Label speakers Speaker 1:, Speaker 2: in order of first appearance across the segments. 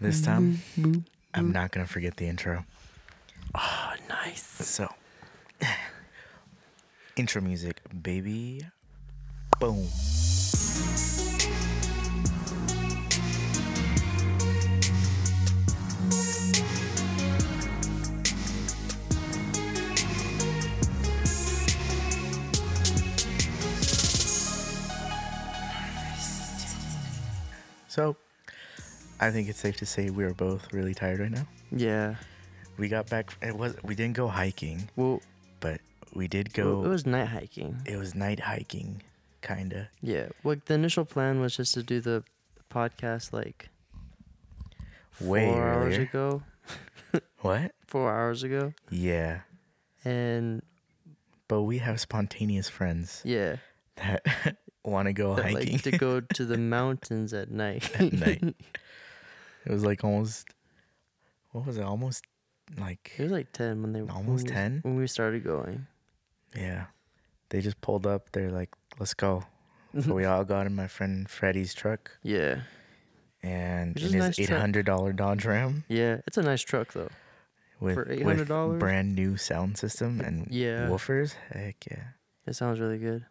Speaker 1: this time, I'm not going to forget the intro.
Speaker 2: Oh, nice.
Speaker 1: So, intro music, baby. Boom. So, I think it's safe to say we are both really tired right now.
Speaker 2: Yeah.
Speaker 1: We got back. It was we didn't go hiking,
Speaker 2: Well,
Speaker 1: but we did
Speaker 2: w-
Speaker 1: go. Eh.
Speaker 2: it was night hiking.
Speaker 1: it was night hiking, kinda.
Speaker 2: Yeah. Like the initial plan was just to do the podcast like
Speaker 1: Way
Speaker 2: four hours
Speaker 1: earlier.
Speaker 2: ago.
Speaker 1: What?
Speaker 2: Four hours ago.
Speaker 1: Yeah,
Speaker 2: And
Speaker 1: but we have spontaneous friends
Speaker 2: yeah,
Speaker 1: that want to go
Speaker 2: that,
Speaker 1: Oh, hiking
Speaker 2: like to go to the mountains at night.
Speaker 1: at night. It was like almost. What was it? Almost like
Speaker 2: It was like ten when they when
Speaker 1: Almost
Speaker 2: we-
Speaker 1: 10?
Speaker 2: when we started going.
Speaker 1: yeah. They just pulled up. They're like, "Let's go." So we all got in my friend Freddie's truck
Speaker 2: Yeah,
Speaker 1: and
Speaker 2: Which
Speaker 1: in
Speaker 2: is
Speaker 1: his
Speaker 2: a nice
Speaker 1: eight
Speaker 2: truck.
Speaker 1: hundred dollar Dodge Ram.
Speaker 2: yeah. It's a nice truck though.
Speaker 1: with,
Speaker 2: For
Speaker 1: with
Speaker 2: $800?
Speaker 1: brand new sound system and
Speaker 2: Yeah.
Speaker 1: woofers. Heck yeah.
Speaker 2: It sounds really good.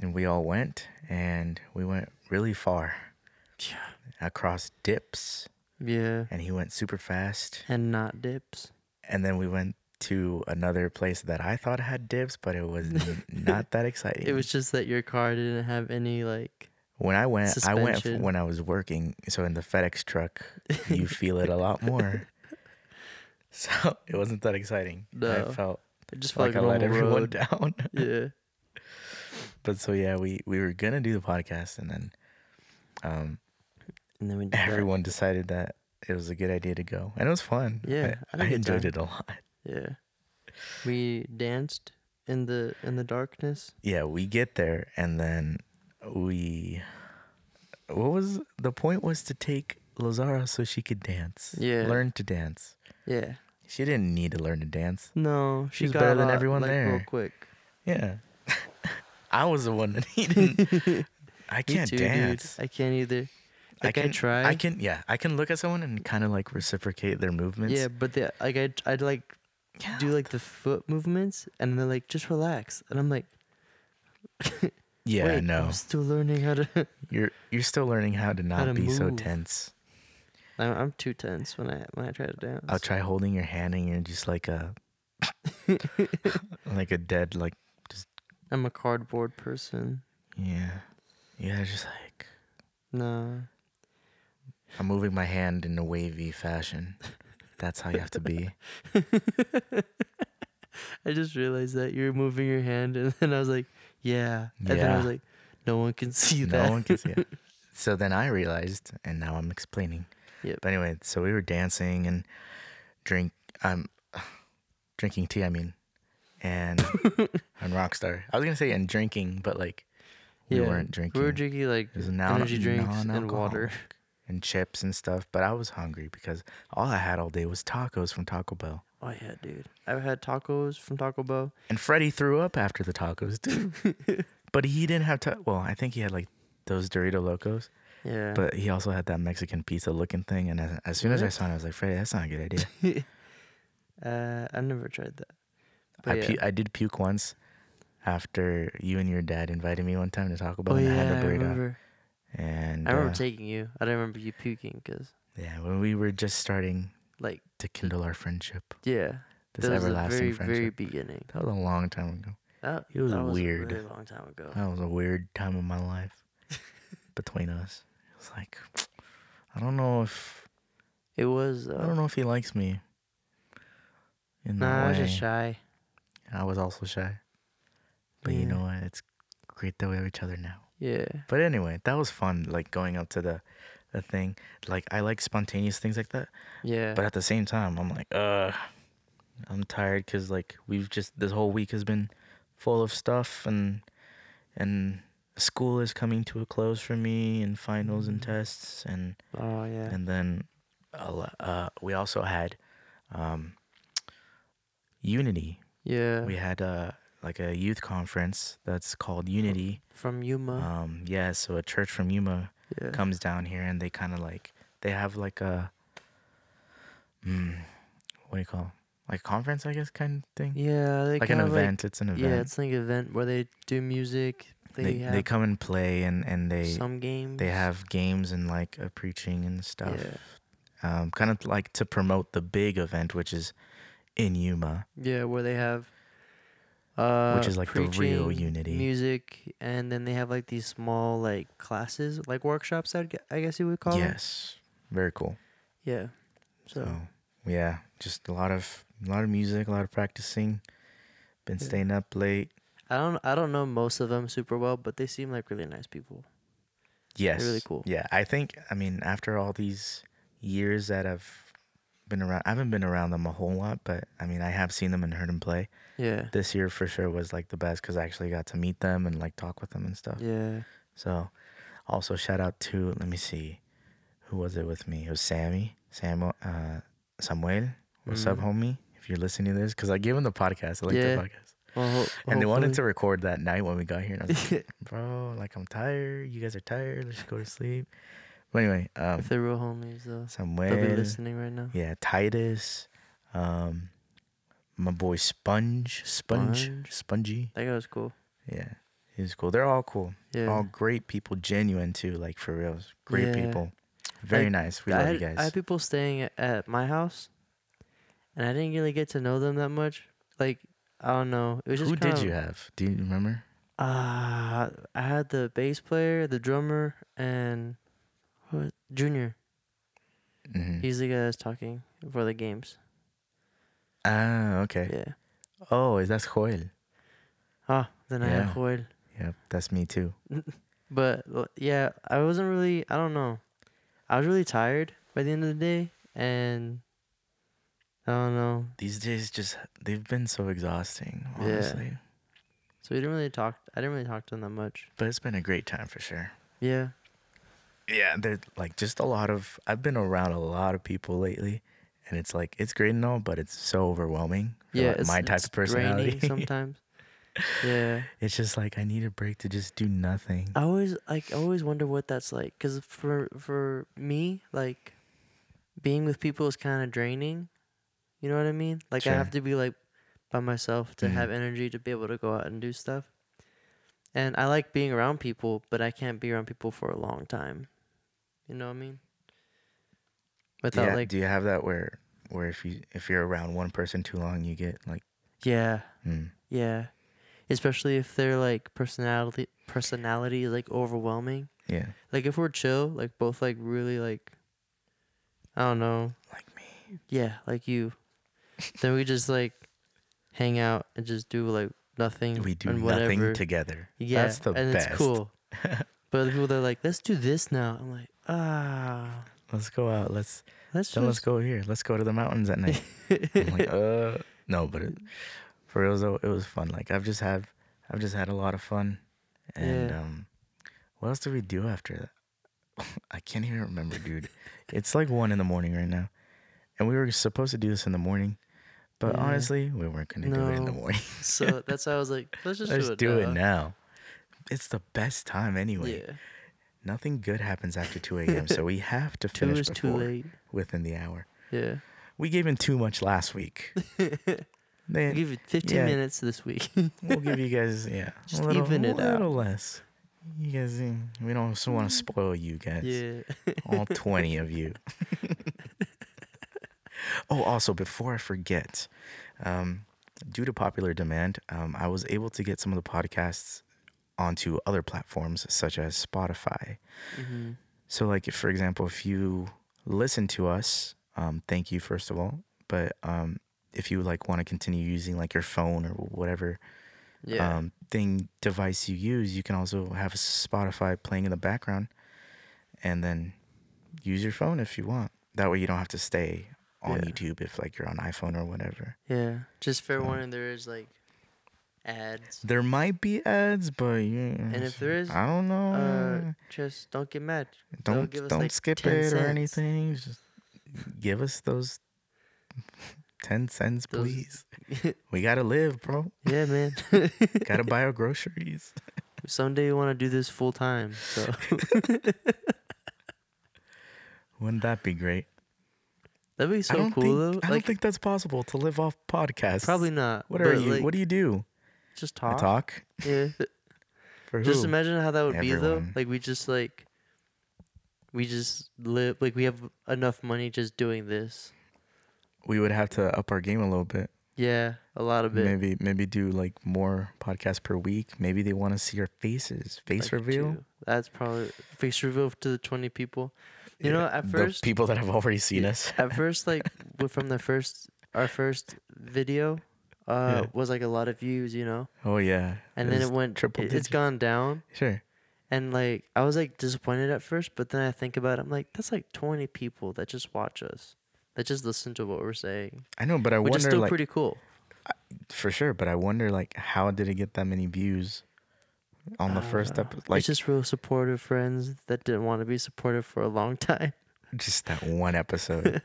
Speaker 1: And we all went and we went really far
Speaker 2: Yeah.
Speaker 1: across dips
Speaker 2: Yeah.
Speaker 1: and he went super fast.
Speaker 2: And not dips.
Speaker 1: And then we went to another place that I thought had dips, but it was n- not that exciting.
Speaker 2: It was just that your car didn't have any like.
Speaker 1: when I went, I went f-
Speaker 2: suspension.
Speaker 1: when I was working. So in the FedEx truck, you feel it a lot more. So it wasn't that exciting. I
Speaker 2: No.
Speaker 1: felt
Speaker 2: It just felt
Speaker 1: like,
Speaker 2: like,
Speaker 1: I
Speaker 2: a
Speaker 1: let
Speaker 2: normal
Speaker 1: everyone
Speaker 2: road.
Speaker 1: down.
Speaker 2: Yeah.
Speaker 1: But so yeah, we we were gonna do the podcast, and then um,
Speaker 2: And then we did that.
Speaker 1: everyone decided that it was a good idea to go, and it was fun.
Speaker 2: Yeah,
Speaker 1: I,
Speaker 2: I had a
Speaker 1: I
Speaker 2: good
Speaker 1: enjoyed
Speaker 2: time.
Speaker 1: it a lot.
Speaker 2: Yeah. We danced in the in the darkness.
Speaker 1: Yeah, we get there, and then we. What was the point? Was to take Lazara so she could dance.
Speaker 2: Yeah.
Speaker 1: learn to dance.
Speaker 2: Yeah.
Speaker 1: She didn't need to learn to dance.
Speaker 2: No, she
Speaker 1: She's
Speaker 2: got
Speaker 1: better
Speaker 2: a
Speaker 1: than
Speaker 2: lot,
Speaker 1: everyone
Speaker 2: like,
Speaker 1: there.
Speaker 2: Real quick.
Speaker 1: Yeah, I was the one that needed. I
Speaker 2: Me
Speaker 1: can't
Speaker 2: too,
Speaker 1: dance.
Speaker 2: dude. I can't either. Like I,
Speaker 1: can
Speaker 2: try.
Speaker 1: I can. Yeah, I can look at someone and kind of like reciprocate their movements.
Speaker 2: Yeah, but the, like I I'd like
Speaker 1: Yeah.
Speaker 2: do like the foot movements, and they're like just relax, and I'm like,
Speaker 1: Yeah,
Speaker 2: wait,
Speaker 1: no.
Speaker 2: I'm still learning how to.
Speaker 1: You're you're still learning how to not
Speaker 2: to
Speaker 1: be so
Speaker 2: move.
Speaker 1: tense.
Speaker 2: I'm, I'm too tense when I when I try to dance.
Speaker 1: I'll try holding your hand and you're just like a like a dead like
Speaker 2: I'm a cardboard person.
Speaker 1: yeah. Yeah, just like
Speaker 2: No,
Speaker 1: I'm moving my hand in a wavy fashion. That's how you have to be.
Speaker 2: I just realized that you were moving your hand, and then I was like, yeah, and then I was
Speaker 1: Yeah.
Speaker 2: like, no one can see that.
Speaker 1: no one can see it. So then I realized and now I'm explaining.
Speaker 2: Yep.
Speaker 1: But anyway, so we were dancing and drink um drinking tea, I mean. And on Rockstar. I was gonna say and drinking, but like we weren't drinking.
Speaker 2: We were drinking like
Speaker 1: It was non-
Speaker 2: energy drinks and water.
Speaker 1: non-alcoholic and chips and stuff, but I was hungry because all I had all day was tacos from Taco Bell.
Speaker 2: Oh yeah, dude. I've had tacos from Taco Bell.
Speaker 1: And Freddie threw up after the tacos too. but he didn't have ta- well, I think he had like those Dorito Locos,
Speaker 2: Yeah.
Speaker 1: but he also had that Mexican pizza looking thing and as, as soon as I saw it I was like, "Freddie, that's not a good idea."
Speaker 2: uh, I never tried that.
Speaker 1: I
Speaker 2: But yeah.
Speaker 1: pu- I did puke once after you and your dad invited me one time to Taco Bell
Speaker 2: oh
Speaker 1: and
Speaker 2: yeah,
Speaker 1: I had
Speaker 2: I
Speaker 1: a burrito.
Speaker 2: remember.
Speaker 1: And
Speaker 2: I remember
Speaker 1: uh,
Speaker 2: taking you. I don't remember you puking because
Speaker 1: yeah, when we were just starting
Speaker 2: like
Speaker 1: to kindle our friendship,
Speaker 2: yeah,
Speaker 1: this
Speaker 2: that was the
Speaker 1: everlasting
Speaker 2: very
Speaker 1: friendship.
Speaker 2: very beginning.
Speaker 1: That was a long time ago.
Speaker 2: That,
Speaker 1: It was
Speaker 2: that
Speaker 1: weird. Oh.
Speaker 2: a really long time ago.
Speaker 1: That was a weird time in my life between us. It was like I don't know if
Speaker 2: It was. Uh,
Speaker 1: I don't know if he likes me. In that
Speaker 2: Nah, I was
Speaker 1: way.
Speaker 2: just shy.
Speaker 1: I was also shy. But you
Speaker 2: Yeah.
Speaker 1: know what? It's great that we have each other now.
Speaker 2: Yeah.
Speaker 1: But anyway, that was fun. Like going up to the, the thing. Like I like spontaneous things like that.
Speaker 2: Yeah.
Speaker 1: But at the same time, I'm like, uh, I'm tired because like we've just this whole week has been full of stuff and and school is coming to a close for me and finals and tests and
Speaker 2: oh yeah.
Speaker 1: and then a lo- uh, we also had um, Unity.
Speaker 2: yeah.
Speaker 1: We had uh, like a youth conference that's called Unity.
Speaker 2: From Yuma.
Speaker 1: uh, Um, yeah, so a church from Yuma
Speaker 2: yeah.
Speaker 1: comes down here and they kind of like they have like a mm, what do you call it? like conference I guess kind of thing
Speaker 2: Yeah, they
Speaker 1: like an
Speaker 2: kind of,
Speaker 1: event it's an event
Speaker 2: yeah, it's like an event where they do music. They,
Speaker 1: they
Speaker 2: have
Speaker 1: they come and play and and they
Speaker 2: some games.
Speaker 1: they have games and like uh, preaching and stuff
Speaker 2: Yeah.
Speaker 1: um kind of like to promote the big event which is in Yuma
Speaker 2: Yeah, where they have uh
Speaker 1: is, like, the real
Speaker 2: preaching,
Speaker 1: unity.
Speaker 2: music and then they have like these small like classes like workshops I'd, gu- i guess you would call them
Speaker 1: yes very cool
Speaker 2: yeah so
Speaker 1: so yeah just a lot of a lot of music a lot of practicing been
Speaker 2: Yeah.
Speaker 1: staying up late
Speaker 2: i don't i don't know most of them super well but they seem like really nice people
Speaker 1: Yes.
Speaker 2: really cool.
Speaker 1: Yeah. I think, I mean, after all these years that I've been around, I haven't been around them a whole lot, but I mean, I have seen them and heard them play.
Speaker 2: yeah
Speaker 1: This year for sure was like the best because I actually got to meet them and like talk with them and stuff.
Speaker 2: yeah
Speaker 1: So, also shout out to, let me see, who was it with me? It was Sammy, Samuel, uh, Samuel. What's up,
Speaker 2: Mhm.
Speaker 1: homie? If you're listening to this, because I gave him the podcast. I like
Speaker 2: Yeah. Oh,
Speaker 1: the podcast.
Speaker 2: well, ho-
Speaker 1: And they wanted to
Speaker 2: hopefully-
Speaker 1: record that night when we got here. And I was like, bro, like I'm tired. You guys are tired. Let's just go to sleep. But anyway, um,
Speaker 2: if they're real homies though they'll be
Speaker 1: Samuel,
Speaker 2: listening right now
Speaker 1: Eh, yeah, Titus, um, my boy Sponge, Sponge,
Speaker 2: Sponge?
Speaker 1: Spongy,
Speaker 2: that guy was cool
Speaker 1: yeah, he was cool. They're all cool,
Speaker 2: yeah
Speaker 1: all great people, genuine too, like for real, great
Speaker 2: Yeah.
Speaker 1: people, very
Speaker 2: Like,
Speaker 1: nice. We
Speaker 2: I
Speaker 1: love
Speaker 2: had,
Speaker 1: you guys.
Speaker 2: I had people staying at, at my house, and I didn't really get to know them that much. Like I don't know. It was just
Speaker 1: Who
Speaker 2: kinda,
Speaker 1: did you have? Do you remember?
Speaker 2: Uh, I had the bass player, the drummer, and who was- Junior.
Speaker 1: Mhm.
Speaker 2: He's the guy that's talking for the games.
Speaker 1: Ah, okay.
Speaker 2: Yeah.
Speaker 1: Oh, is that's Joel?
Speaker 2: Ah, then I
Speaker 1: Yeah.
Speaker 2: had Joel.
Speaker 1: Yep, that's me too.
Speaker 2: But l- yeah, I wasn't really. I don't know. I was really tired by the end of the day, and I don't know.
Speaker 1: These days, just they've been so exhausting,
Speaker 2: Yeah.
Speaker 1: honestly.
Speaker 2: So we didn't really talk. I didn't really talk to them that much.
Speaker 1: But it's been a great time for sure.
Speaker 2: Yeah.
Speaker 1: yeah, there's like just a lot of I've been around a lot of people lately, and it's like it's great and all, but it's so overwhelming. for,
Speaker 2: yeah,
Speaker 1: like, my type of
Speaker 2: draining
Speaker 1: personality.
Speaker 2: sometimes. yeah,
Speaker 1: it's just like I need a break to just do nothing.
Speaker 2: I always like I always wonder what that's like because for for me like being with people is kind of draining. You know what I mean? Like I have
Speaker 1: Sure.
Speaker 2: to be like by myself to
Speaker 1: Mhm.
Speaker 2: have energy to be able to go out and do stuff. And I like being around people, but I can't be around people for a long time. You know what I mean? Without
Speaker 1: yeah,
Speaker 2: like
Speaker 1: do you have that where where if you if you're around one person too long, you get like
Speaker 2: yeah.
Speaker 1: mm,
Speaker 2: Yeah. Especially if their like personality personality is like overwhelming.
Speaker 1: yeah,
Speaker 2: Like if we're chill, like both like really like I don't know.
Speaker 1: like me.
Speaker 2: Yeah, like you. then we just like hang out and just do like nothing.
Speaker 1: We do
Speaker 2: Mm, and
Speaker 1: nothing
Speaker 2: whatever.
Speaker 1: together.
Speaker 2: Yeah,
Speaker 1: that's the
Speaker 2: and
Speaker 1: best.
Speaker 2: it's cool. but the people that are like, let's do this now. I'm like, ah,
Speaker 1: Let's go out. Let's
Speaker 2: let's
Speaker 1: then let's
Speaker 2: just
Speaker 1: go here. Let's go to the mountains at night. I'm like, uh, no, but it, for real though, it was fun. Like I've just have, I've just had a lot of fun, and
Speaker 2: Yeah.
Speaker 1: um, what else did we do after that? I can't even remember, dude. it's like one in the morning right now, and we were supposed to do this in the morning, but
Speaker 2: Yeah.
Speaker 1: honestly, we weren't gonna do it in the
Speaker 2: No.
Speaker 1: morning.
Speaker 2: so that's why I was like, let's just
Speaker 1: Let's
Speaker 2: do it.
Speaker 1: do it
Speaker 2: now.
Speaker 1: now. It's the best time anyway.
Speaker 2: Yeah,
Speaker 1: Nothing good happens after 2 a.m., so we have to
Speaker 2: two
Speaker 1: finish
Speaker 2: is too
Speaker 1: before-
Speaker 2: late.
Speaker 1: within the hour.
Speaker 2: Yeah.
Speaker 1: We gave him too much last week. They-
Speaker 2: I'll give you 15
Speaker 1: yeah.
Speaker 2: minutes this week.
Speaker 1: we'll give you guys yeah
Speaker 2: Just
Speaker 1: a little,
Speaker 2: even it
Speaker 1: a
Speaker 2: out.
Speaker 1: little less. You guys, eh, we don't want to spoil you guys.
Speaker 2: yeah.
Speaker 1: All twenty of you. oh, also before I forget, um, due to popular demand, um, I was able to get some of the podcasts onto other platforms such as Spotify.
Speaker 2: hmm
Speaker 1: So, like, if, for example, if you listen to us, um, thank you first of all. But um, if you like want to continue using like your phone or whatever
Speaker 2: Yeah.
Speaker 1: um, thing device you use, you can also have Spotify playing in the background, and then use your phone if you want. That way, you don't have to stay on
Speaker 2: Yeah.
Speaker 1: YouTube if like you're on iPhone or whatever.
Speaker 2: yeah. Just fair
Speaker 1: so-
Speaker 2: warning, there is like ads.
Speaker 1: There might be ads, but yeah,
Speaker 2: And if there is,
Speaker 1: I don't know.
Speaker 2: uh, just don't get mad. they'll
Speaker 1: don't
Speaker 2: give us,
Speaker 1: don't
Speaker 2: like,
Speaker 1: skip
Speaker 2: 10
Speaker 1: it or
Speaker 2: cents.
Speaker 1: anything. Just give us those ten cents,
Speaker 2: Those-
Speaker 1: please. We gotta live, bro.
Speaker 2: yeah, man.
Speaker 1: Gotta buy our groceries.
Speaker 2: Someday you want to do this full time. So
Speaker 1: Wouldn't that be great?
Speaker 2: That'd be
Speaker 1: I
Speaker 2: so
Speaker 1: don't
Speaker 2: cool
Speaker 1: think,
Speaker 2: though.
Speaker 1: I
Speaker 2: like
Speaker 1: don't think that's possible to live off podcasts.
Speaker 2: probably not.
Speaker 1: What are
Speaker 2: but,
Speaker 1: you?
Speaker 2: like,
Speaker 1: what do you do?
Speaker 2: just
Speaker 1: I
Speaker 2: talk?
Speaker 1: talk
Speaker 2: Yeah.
Speaker 1: for
Speaker 2: just
Speaker 1: who?
Speaker 2: imagine how that would be though.
Speaker 1: Everyone.
Speaker 2: Like we just like we just live like we have enough money just doing this.
Speaker 1: we would have to up our game a little bit.
Speaker 2: Yeah, a lot of it.
Speaker 1: Maybe maybe do like more podcasts per week. Maybe they want to see our faces, face
Speaker 2: like,
Speaker 1: reveal.
Speaker 2: two. That's probably face reveal to the twenty people. You know, at
Speaker 1: the
Speaker 2: first-
Speaker 1: people that have already seen
Speaker 2: Yeah.
Speaker 1: us.
Speaker 2: At first, like w- from the first our first video, uh,
Speaker 1: Yeah.
Speaker 2: was like a lot of views, you know,
Speaker 1: Oh yeah.
Speaker 2: and then
Speaker 1: It's
Speaker 2: it went.
Speaker 1: triple
Speaker 2: it,
Speaker 1: digits.
Speaker 2: it's gone down,
Speaker 1: Sure.
Speaker 2: and like I was like disappointed at first, but then I think about it, I'm like that's like twenty people that just watch us, that just listen to what we're saying,
Speaker 1: I know, but I
Speaker 2: which is
Speaker 1: wonder
Speaker 2: still
Speaker 1: like
Speaker 2: pretty cool.
Speaker 1: for sure, but I wonder like how did it get that many views on the
Speaker 2: I don't
Speaker 1: first
Speaker 2: know.
Speaker 1: episode? Like
Speaker 2: Uh, it's just real supportive friends that didn't want to be supportive for a long time.
Speaker 1: just that one episode.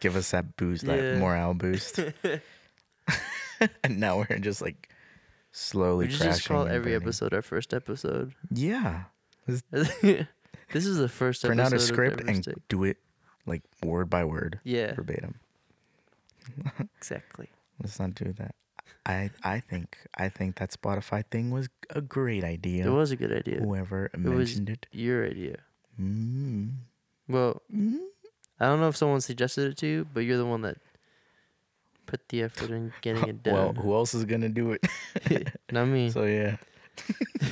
Speaker 1: Give us that boost, that
Speaker 2: Yeah.
Speaker 1: morale boost. and now we're just like slowly
Speaker 2: we should
Speaker 1: crashing.
Speaker 2: just call
Speaker 1: and
Speaker 2: every
Speaker 1: burning.
Speaker 2: episode our first episode.
Speaker 1: Yeah.
Speaker 2: this is the first
Speaker 1: Print out
Speaker 2: episode.
Speaker 1: a
Speaker 2: of
Speaker 1: script and
Speaker 2: Diversity.
Speaker 1: do it like word by word,
Speaker 2: yeah,
Speaker 1: verbatim.
Speaker 2: exactly.
Speaker 1: Let's not do that. I I think I think that Spotify thing was a great idea.
Speaker 2: It was a good idea.
Speaker 1: Whoever
Speaker 2: was-
Speaker 1: mentioned it.
Speaker 2: Your idea.
Speaker 1: Mm.
Speaker 2: Well,
Speaker 1: Mm.
Speaker 2: I don't know if someone suggested it to you, but you're the one that put the effort in getting it
Speaker 1: Well,
Speaker 2: done.
Speaker 1: who else is gonna do it?
Speaker 2: Not me.
Speaker 1: So yeah.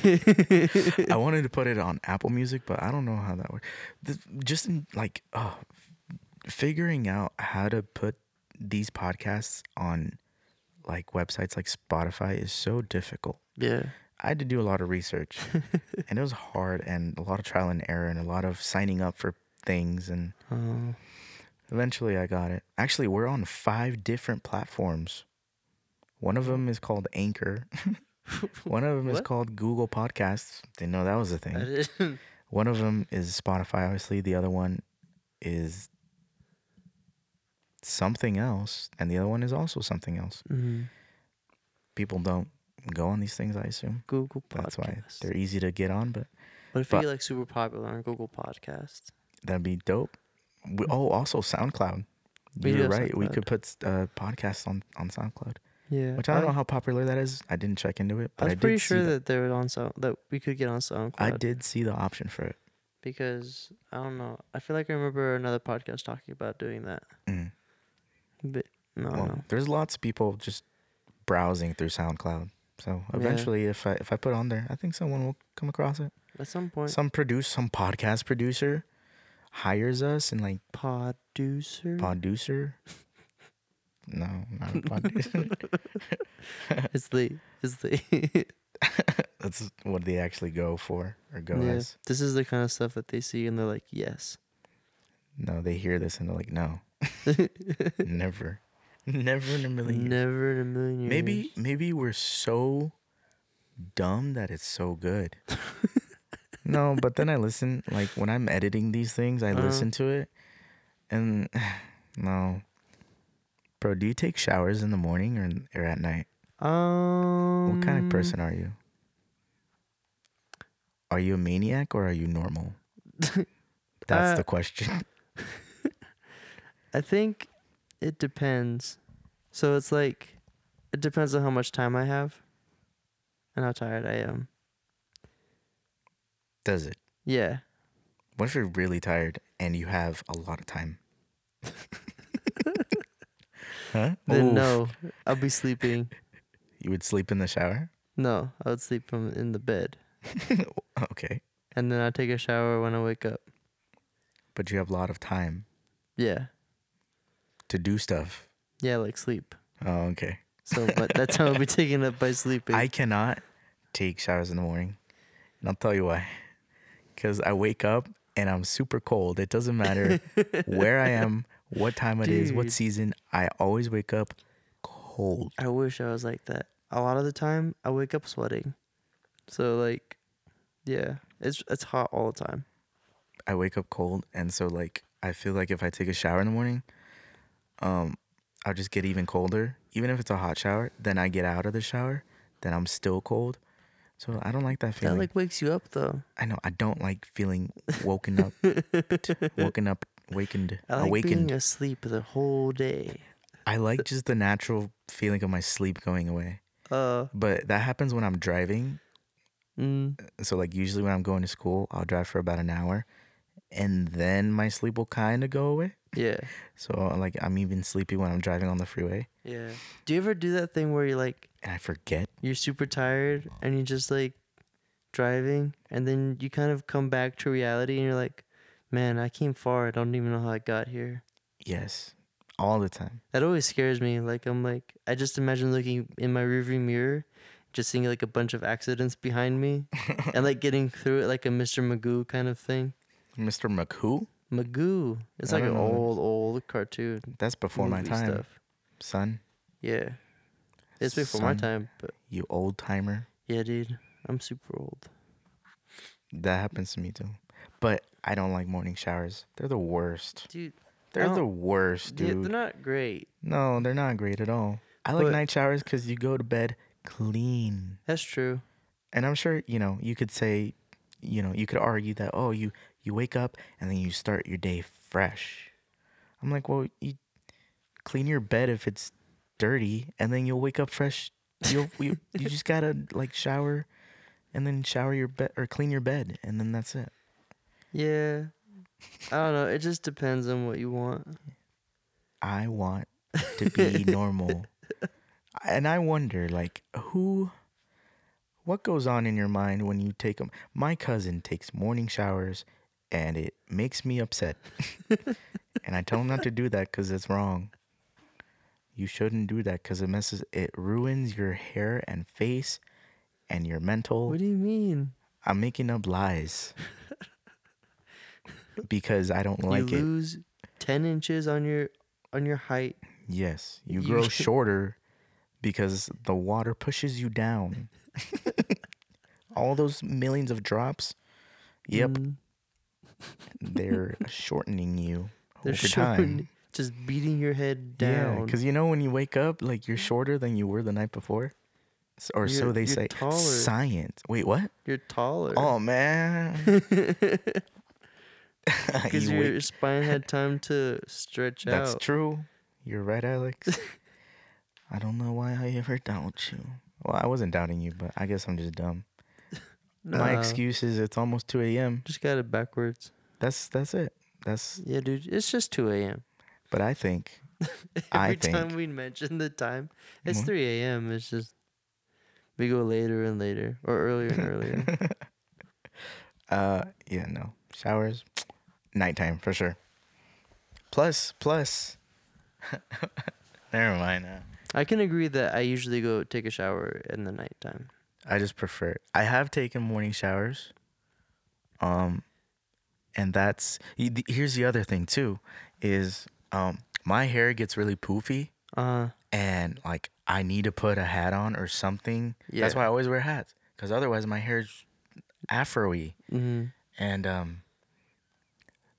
Speaker 1: I wanted to put it on Apple Music, but I don't know how that works. This, just in, like uh, figuring out how to put these podcasts on like websites like Spotify is so difficult.
Speaker 2: yeah.
Speaker 1: I had to do a lot of research, and it was hard, and a lot of trial and error, and a lot of signing up for things, and
Speaker 2: Oh,
Speaker 1: eventually I got it. Actually, we're on five different platforms. One of them is called Anchor. One of them is
Speaker 2: What?
Speaker 1: called Google Podcasts. Didn't know that was a
Speaker 2: I
Speaker 1: thing.
Speaker 2: didn't.
Speaker 1: One of them is Spotify, obviously. The other one is something else, and the other one is also something else.
Speaker 2: Mhm.
Speaker 1: People don't go on these things, I assume.
Speaker 2: Google Podcast.
Speaker 1: That's why they're easy to get on, but
Speaker 2: What if
Speaker 1: but-
Speaker 2: you get like super popular on Google Podcast?
Speaker 1: that'd be dope. We, oh, also SoundCloud.
Speaker 2: We do
Speaker 1: You're
Speaker 2: have
Speaker 1: right. We
Speaker 2: SoundCloud.
Speaker 1: could put uh, podcasts on on SoundCloud,
Speaker 2: Yeah.
Speaker 1: which I don't know how popular that is. I didn't check into it,
Speaker 2: I
Speaker 1: but I,
Speaker 2: was
Speaker 1: did
Speaker 2: pretty
Speaker 1: see
Speaker 2: sure
Speaker 1: that.
Speaker 2: that they were on Sound that we could get on SoundCloud.
Speaker 1: I did see the option for it.
Speaker 2: because I don't know. I feel like I remember another podcast talking about doing that.
Speaker 1: Mm.
Speaker 2: But no,
Speaker 1: well,
Speaker 2: no.
Speaker 1: there's lots of people just browsing through SoundCloud. So
Speaker 2: Yeah.
Speaker 1: eventually, if I if I put it on there, I think someone will come across it.
Speaker 2: At some point,
Speaker 1: Some produce, some podcast producer hires us and like
Speaker 2: producer.
Speaker 1: producer. No, not a producer.
Speaker 2: it's the it's the
Speaker 1: That's what they actually go for or go
Speaker 2: Yeah.
Speaker 1: as.
Speaker 2: This is the kind of stuff that they see and they're like, yes.
Speaker 1: No, they hear this and they're like, no, never, never in a million. years.
Speaker 2: Never in a million years.
Speaker 1: Maybe maybe we're so dumb that it's so good. no, but then I listen like when I'm editing these things, I
Speaker 2: Uh-huh.
Speaker 1: listen to it and no. Bro, do you take showers in the morning or, in- or at night?
Speaker 2: Um.
Speaker 1: What kind of person are you? Are you a maniac or are you normal? That's
Speaker 2: Uh,
Speaker 1: the question.
Speaker 2: I think it depends. So it's like it depends on how much time I have and how tired I am.
Speaker 1: Does it?
Speaker 2: Yeah.
Speaker 1: What if you're really tired and you have a lot of time? huh?
Speaker 2: Then
Speaker 1: Oof.
Speaker 2: no, I'll be sleeping.
Speaker 1: You would sleep in the shower?
Speaker 2: No, I would sleep from in the bed,
Speaker 1: Okay.
Speaker 2: and then I take a shower when I wake up.
Speaker 1: But you have a lot of time
Speaker 2: Yeah,
Speaker 1: to do stuff.
Speaker 2: yeah, like sleep.
Speaker 1: Oh, okay.
Speaker 2: So, but that's how I'll be taken up by sleeping.
Speaker 1: I cannot take showers in the morning. And I'll tell you why. Because I wake up and I'm super cold. It doesn't matter where I am, what time it is, what
Speaker 2: Dude.
Speaker 1: season. I always wake up cold.
Speaker 2: I wish I was like that. A lot of the time, I wake up sweating. So like, yeah, it's it's hot all the time.
Speaker 1: I wake up cold. And so, like, I feel like if I take a shower in the morning, um, I'll just get even colder. Even if it's a hot shower, then I get out of the shower, then I'm still cold. So I don't like that feeling.
Speaker 2: That like wakes you up though.
Speaker 1: I know I don't like feeling woken up, woken up wakened
Speaker 2: I like
Speaker 1: awakened
Speaker 2: being asleep the whole day.
Speaker 1: i like just the natural feeling of my sleep going away
Speaker 2: Uh,
Speaker 1: but that happens when i'm driving
Speaker 2: mm,
Speaker 1: so like usually when i'm going to school i'll drive for about an hour and then my sleep will kind of go away
Speaker 2: yeah,
Speaker 1: so uh, like i'm even sleepy when i'm driving on the freeway
Speaker 2: yeah. Do you ever do that thing where you like
Speaker 1: and i forget
Speaker 2: you're super tired and you're just like driving, and then you kind of come back to reality and you're like, man, I came far. I don't even know how I got here.
Speaker 1: yes all the time
Speaker 2: That always scares me. Like I'm like I just imagine looking in my rearview mirror, just seeing like a bunch of accidents behind me, and like getting through it like a Mr. Magoo kind of thing.
Speaker 1: mr mchoo
Speaker 2: Magoo. It's
Speaker 1: I
Speaker 2: like an
Speaker 1: don't know.
Speaker 2: old old cartoon.
Speaker 1: that's Mm. before my
Speaker 2: movie
Speaker 1: time son
Speaker 2: Yeah, it's before my
Speaker 1: Son.
Speaker 2: time, but
Speaker 1: you old timer
Speaker 2: yeah, dude, I'm super old.
Speaker 1: That happens to me too. But I don't like morning showers. They're the worst.
Speaker 2: Dude,
Speaker 1: They're the
Speaker 2: don't-
Speaker 1: worst,
Speaker 2: dude.
Speaker 1: dude.
Speaker 2: they're not great.
Speaker 1: no, they're not great at all. I like
Speaker 2: But-
Speaker 1: night showers because you go to bed clean.
Speaker 2: That's true.
Speaker 1: And I'm sure, you know, you could say, you know, you could argue that, oh, you, you wake up and then you start your day fresh. I'm like, well, you clean your bed if it's dirty and then you'll wake up fresh. You'll, you, you just gotta like shower and then shower your bed or clean your bed and then that's it.
Speaker 2: Yeah, I don't know. It just depends on what you want.
Speaker 1: I want to be normal. And I wonder, like, who, what goes on in your mind when you take them? My cousin takes morning showers and it makes me upset. and I tell him not to do that because it's wrong. You shouldn't do that because it messes, it ruins your hair and face and your mental.
Speaker 2: What do you mean?
Speaker 1: I'm making up lies because I don't like
Speaker 2: you
Speaker 1: it.
Speaker 2: lose ten inches on your on your height.
Speaker 1: Yes, you
Speaker 2: You-
Speaker 1: grow shorter because the water pushes you down. All those millions of drops, yep,
Speaker 2: Mm,
Speaker 1: they're shortening you
Speaker 2: they're
Speaker 1: over
Speaker 2: shortening,
Speaker 1: time.
Speaker 2: just beating your head down.
Speaker 1: because you know when you wake up, like you're shorter than you were the night before, S- or so
Speaker 2: You're-
Speaker 1: they
Speaker 2: you're
Speaker 1: say.
Speaker 2: taller.
Speaker 1: Science. Wait, what?
Speaker 2: you're taller.
Speaker 1: Oh man,
Speaker 2: Because
Speaker 1: You
Speaker 2: your
Speaker 1: wake-
Speaker 2: spine had time to stretch
Speaker 1: that's
Speaker 2: out.
Speaker 1: true. You're right, Alex. I don't know why I ever doubt you. Well, I wasn't doubting you, but I guess I'm just dumb. My
Speaker 2: Nah,
Speaker 1: excuse is it's almost 2 a.m.
Speaker 2: Just got it backwards.
Speaker 1: That's that's it. That's
Speaker 2: Yeah, dude. It's just 2 a.m.
Speaker 1: but I think
Speaker 2: Every
Speaker 1: I
Speaker 2: time
Speaker 1: think- Mm-hmm.
Speaker 2: we mention the time, it's
Speaker 1: What?
Speaker 2: 3 a.m. It's just we go later and later or earlier and earlier.
Speaker 1: uh yeah, no. Showers nighttime for sure. Plus plus Never mind. uh,
Speaker 2: I can agree that I usually go take a shower in the nighttime.
Speaker 1: I just prefer. I have taken morning showers. Um and that's y- th- here's the other thing too is um my hair gets really poofy
Speaker 2: Uh,
Speaker 1: and like I need to put a hat on or something. That's
Speaker 2: Yeah.
Speaker 1: why I always wear hats cuz otherwise my hair's afro-y.
Speaker 2: mm-hmm.
Speaker 1: and um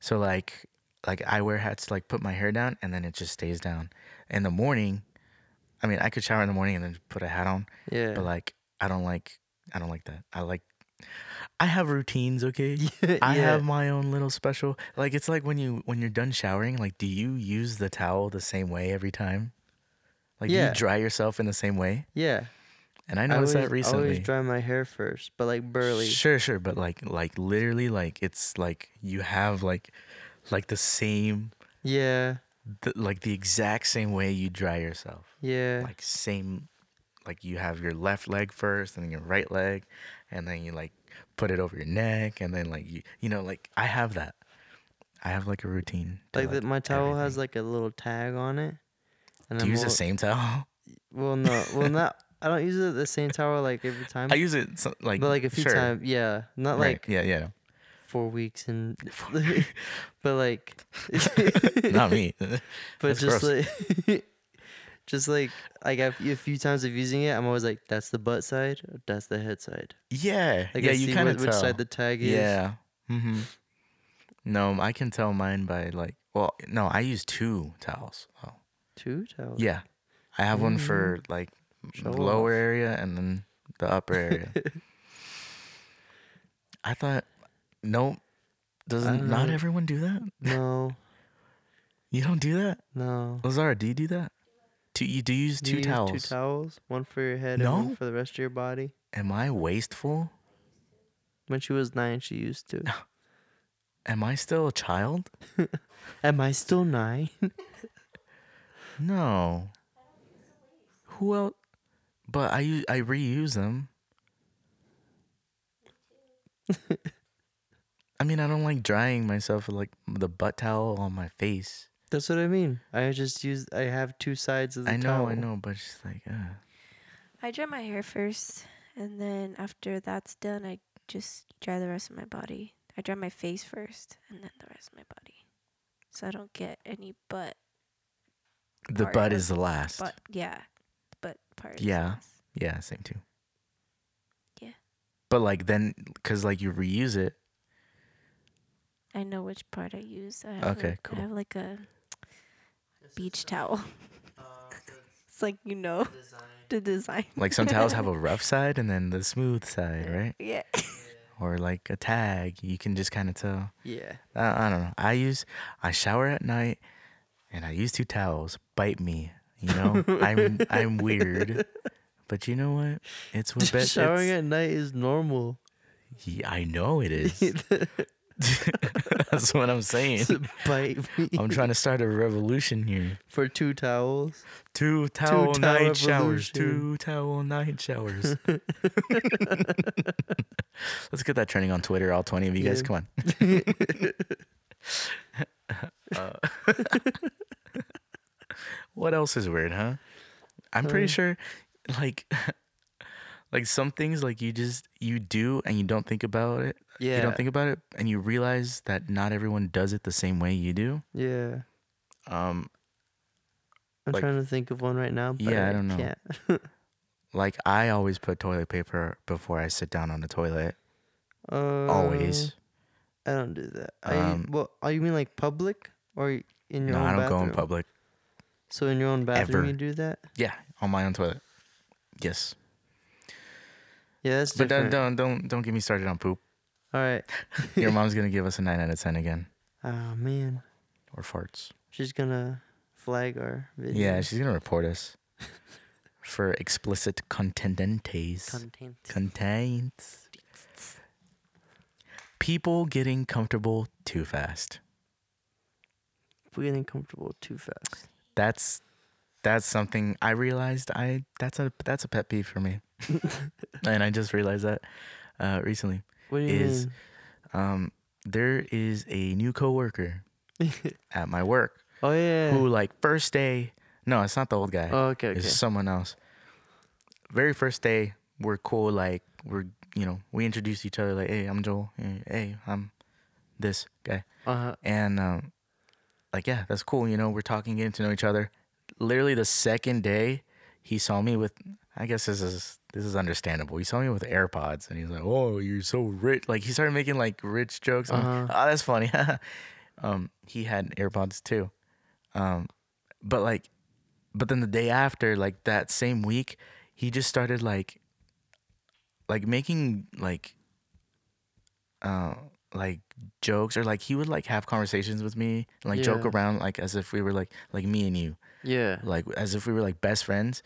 Speaker 1: so like like i wear hats to like put my hair down and then it just stays down in the morning i mean i could shower in the morning and then put a hat on
Speaker 2: Yeah.
Speaker 1: but like i don't like i don't like that i like i have routines okay i
Speaker 2: Yeah.
Speaker 1: have my own little special like it's like when you when you're done showering like do you use the towel the same way every time like do
Speaker 2: Yeah.
Speaker 1: you dry yourself in the same way
Speaker 2: yeah.
Speaker 1: and i noticed
Speaker 2: always,
Speaker 1: that
Speaker 2: I
Speaker 1: recently
Speaker 2: always dry my hair first, but like burly.
Speaker 1: Sure, sure, but like like literally like it's like you have like like the same
Speaker 2: Yeah.
Speaker 1: th- like the exact same way you dry yourself.
Speaker 2: Yeah.
Speaker 1: Like same like you have your left leg first and then your right leg and then you like put it over your neck and then like you you know like I have that. I have like a routine. to,
Speaker 2: like, that my towel has
Speaker 1: everything.
Speaker 2: like a little tag on it. And
Speaker 1: Do you use the
Speaker 2: al-
Speaker 1: same towel?
Speaker 2: Well, no, well not. I don't use it the same towel like every time.
Speaker 1: I use it so, like
Speaker 2: but like a few
Speaker 1: sure,
Speaker 2: times, yeah, not
Speaker 1: right,
Speaker 2: like
Speaker 1: yeah, yeah.
Speaker 2: four weeks and, but like,
Speaker 1: Not me.
Speaker 2: but
Speaker 1: That's
Speaker 2: just like, just like like I've- a few times of using it, I'm always like, that's the butt side, that's the head side.
Speaker 1: yeah.
Speaker 2: Like
Speaker 1: yeah,
Speaker 2: I
Speaker 1: you
Speaker 2: see
Speaker 1: kind of
Speaker 2: whi- which side the tag is.
Speaker 1: Yeah. Mm-hmm. No, I can tell mine by like. Well, no, I use two towels. Oh,
Speaker 2: Two towels.
Speaker 1: yeah. I have one for like
Speaker 2: Mm. Show
Speaker 1: the lower
Speaker 2: off.
Speaker 1: area and then the upper area. I thought, nope. Doesn't
Speaker 2: don't
Speaker 1: not
Speaker 2: know.
Speaker 1: everyone do that?
Speaker 2: No,
Speaker 1: You don't do that,
Speaker 2: No.
Speaker 1: Lazara. Do you do that? Do you do you use two
Speaker 2: Do you use
Speaker 1: towels?
Speaker 2: Two towels. One for your head and
Speaker 1: No.
Speaker 2: one for the rest of your body.
Speaker 1: Am I wasteful?
Speaker 2: When she was nine, she used to.
Speaker 1: Am I still a child?
Speaker 2: Am I still nine?
Speaker 1: No. Who else? But I u- I reuse them. I mean, I don't like drying myself with like the butt towel on my face.
Speaker 2: That's what I mean. I just use. I have two sides of the
Speaker 1: I know,
Speaker 2: towel.
Speaker 1: I know, but it's like, uh,
Speaker 3: I dry my hair first, and then after that's done, I just dry the rest of my body. I dry my face first, and then the rest of my body, so I don't get any butt.
Speaker 1: the
Speaker 3: Part
Speaker 1: butt
Speaker 3: of
Speaker 1: is the last.
Speaker 3: But yeah, butt part.
Speaker 1: Yeah.
Speaker 3: Is
Speaker 1: Yeah, same too.
Speaker 3: Yeah.
Speaker 1: But like then, cause like you reuse it.
Speaker 3: I know which part I use. I have
Speaker 1: Okay,
Speaker 3: like-
Speaker 1: cool.
Speaker 3: I have like a beach towel.
Speaker 2: uh,
Speaker 3: it's like you know the design.
Speaker 1: Like some towels have a rough side and then the smooth side, right?
Speaker 3: Yeah.
Speaker 1: Or like a tag. You can just kind of tell.
Speaker 2: Yeah.
Speaker 1: I, I don't know. I use I shower at night, and I use two towels. Bite me, you know. I'm I'm weird, but you know what? It's what best.
Speaker 2: Showering at night is normal.
Speaker 1: yeah, I know it is. That's what I'm saying.
Speaker 2: Bite me
Speaker 1: I'm trying to start a revolution here.
Speaker 2: for two towels.
Speaker 1: Two towel
Speaker 2: towel
Speaker 1: night showers. Two
Speaker 2: revolution.
Speaker 1: towel night showers. Let's get that trending on Twitter. All 20 of you guys,
Speaker 2: Yeah.
Speaker 1: come on. Uh, what else is weird, huh? I'm pretty
Speaker 2: Uh.
Speaker 1: sure, like, like some things like you just you do and you don't think about it.
Speaker 2: Yeah.
Speaker 1: You don't think about it, and you realize that not everyone does it the same way you do.
Speaker 2: Yeah.
Speaker 1: Um,
Speaker 2: I'm
Speaker 1: Like-
Speaker 2: trying to think of one right now. But
Speaker 1: Yeah, I don't know.
Speaker 2: Can't.
Speaker 1: Like I always put toilet paper before I sit down on the toilet.
Speaker 2: Uh,
Speaker 1: always.
Speaker 2: I don't do that. I
Speaker 1: Um,
Speaker 2: well, oh, you mean like public or in your
Speaker 1: No,
Speaker 2: own
Speaker 1: I don't
Speaker 2: bathroom?
Speaker 1: go in public.
Speaker 2: So in your own bathroom
Speaker 1: Ever.
Speaker 2: you do that?
Speaker 1: Yeah, on my own toilet. Yes,
Speaker 2: Yeah, that's
Speaker 1: but don't,
Speaker 2: different.
Speaker 1: don't don't don't get me started on poop.
Speaker 2: All right.
Speaker 1: Your mom's gonna give us a nine out of ten again,
Speaker 2: Oh man,
Speaker 1: or farts.
Speaker 2: she's gonna flag our video.
Speaker 1: Yeah, she's gonna report us for explicit contendentes.
Speaker 2: content.
Speaker 1: Contains people getting comfortable too fast.
Speaker 2: We're getting comfortable too fast.
Speaker 1: That's that's something I realized. I that's a that's a pet peeve for me, and I just realized that uh, recently.
Speaker 2: What do you
Speaker 1: Is- um, there is a new coworker
Speaker 2: mean?
Speaker 1: at my work
Speaker 2: oh yeah.
Speaker 1: who, like, first day, no, it's not the old guy.
Speaker 2: oh, okay. Okay.
Speaker 1: It's someone else. Very first day, we're cool. Like, we're, you know, we introduce each other. Like, hey, I'm Joel. Hey, Hey, I'm this guy.
Speaker 2: Uh-huh.
Speaker 1: And, um, like, yeah, that's cool. You know, we're talking, getting to know each other. Literally the second day, he saw me with, I guess this is this is understandable. He saw me with AirPods, and he's like, "Oh, you're so rich!" Like he started making like rich jokes. I'm like,
Speaker 2: Uh-huh.
Speaker 1: oh, that's funny. um, he had AirPods too. Um, but like, but then the day after, like that same week, he just started like, like making like, uh, like jokes or like he would like have conversations with me and like joke
Speaker 2: Yeah.
Speaker 1: around like as if we were like like me and you
Speaker 2: Yeah.
Speaker 1: like as if we were like best friends.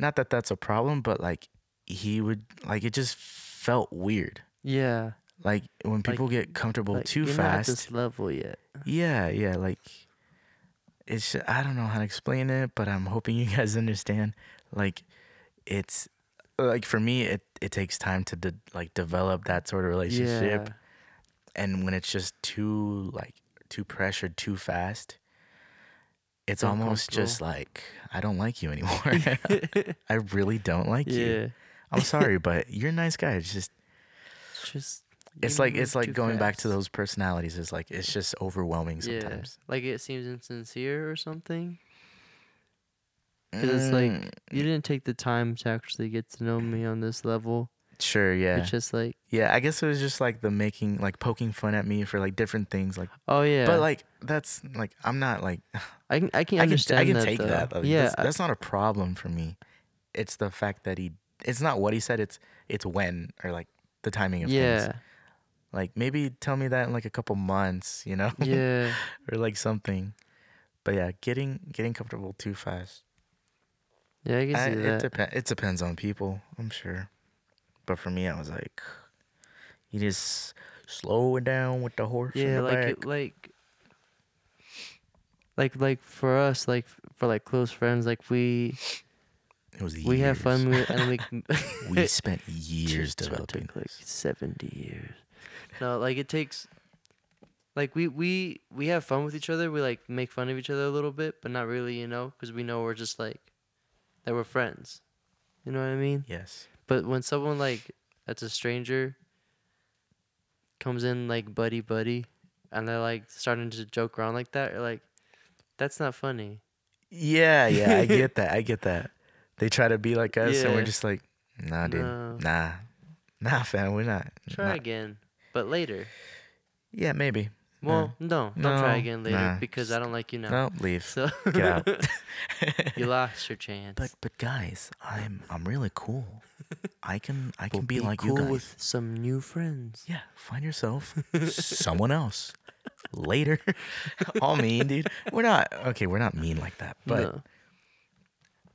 Speaker 1: Not that that's a problem, but like he would like it just felt weird.
Speaker 2: Yeah.
Speaker 1: Like when people get comfortable
Speaker 2: Like,
Speaker 1: too
Speaker 2: you're Not at
Speaker 1: fast.
Speaker 2: this level yet.
Speaker 1: Yeah, yeah, like it's ju- I don't know how to explain it, but I'm hoping you guys understand. Like it's like for me it it takes time to de- like develop that sort of relationship
Speaker 2: Yeah.
Speaker 1: and when it's just too like too pressured too fast it's
Speaker 2: Feel
Speaker 1: almost just like i don't like you anymore i really don't like you
Speaker 2: yeah.
Speaker 1: i'm sorry but you're a nice guy it's just
Speaker 2: It's just.
Speaker 1: it's
Speaker 2: you
Speaker 1: like
Speaker 2: move
Speaker 1: it's like
Speaker 2: too
Speaker 1: going back to
Speaker 2: fast.
Speaker 1: those personalities it's like it's just overwhelming
Speaker 2: Yeah.
Speaker 1: sometimes
Speaker 2: Like it seems insincere or something. 'Cause it's like,
Speaker 1: Mm,
Speaker 2: You didn't take the time to actually get to know me on this level.
Speaker 1: sure yeah
Speaker 2: It's just like,
Speaker 1: yeah i guess it was just like the making like poking fun at me for like different things like
Speaker 2: oh yeah.
Speaker 1: but like that's like i'm not like
Speaker 2: I can I can
Speaker 1: I can,
Speaker 2: understand
Speaker 1: I can
Speaker 2: that,
Speaker 1: take
Speaker 2: though.
Speaker 1: that. Though.
Speaker 2: yeah,
Speaker 1: that's, that's not a problem for me. It's the fact that he. It's not what he said. It's it's when or like the timing of
Speaker 2: yeah,
Speaker 1: things. Like maybe tell me that in like a couple months, you know,
Speaker 2: yeah.
Speaker 1: or like something. But yeah, getting getting comfortable too fast.
Speaker 2: Yeah, I can see
Speaker 1: I,
Speaker 2: that.
Speaker 1: it depends. It depends on people, I'm sure. But for me, I was like, you just slow it down with the horse. in
Speaker 2: yeah
Speaker 1: the
Speaker 2: like
Speaker 1: back.
Speaker 2: it, like like like for us like f- for like close friends like we
Speaker 1: It was
Speaker 2: we have
Speaker 1: years.
Speaker 2: fun with and we can-
Speaker 1: We spent years
Speaker 2: Just what
Speaker 1: developing
Speaker 2: took, like
Speaker 1: this.
Speaker 2: 70 years no like it takes like we we we have fun with each other we like make fun of each other a little bit but not really you know because we know we're just like that we're friends you know what i mean
Speaker 1: Yes.
Speaker 2: But when someone like that's a stranger comes in like buddy buddy and they're like starting to joke around like that, you're like, that's not funny.
Speaker 1: Yeah, yeah, I get that. I get that. They try to be like us, and
Speaker 2: Yeah.
Speaker 1: we're just like, nah, dude,
Speaker 2: No.
Speaker 1: nah, nah, fam, we're not.
Speaker 2: Try
Speaker 1: nah."
Speaker 2: again. But later.
Speaker 1: Yeah, maybe.
Speaker 2: Well, no, don't try
Speaker 1: No,
Speaker 2: again later
Speaker 1: nah,
Speaker 2: because I don't like you now.
Speaker 1: No, leave.
Speaker 2: So
Speaker 1: Get out.
Speaker 2: you lost your chance.
Speaker 1: but but guys, I'm I'm really cool. I can I can
Speaker 2: But
Speaker 1: be, like you guys.
Speaker 2: with some new friends.
Speaker 1: Yeah, find yourself someone else later. All mean, dude. We're not okay. We're not mean like that, but
Speaker 2: No.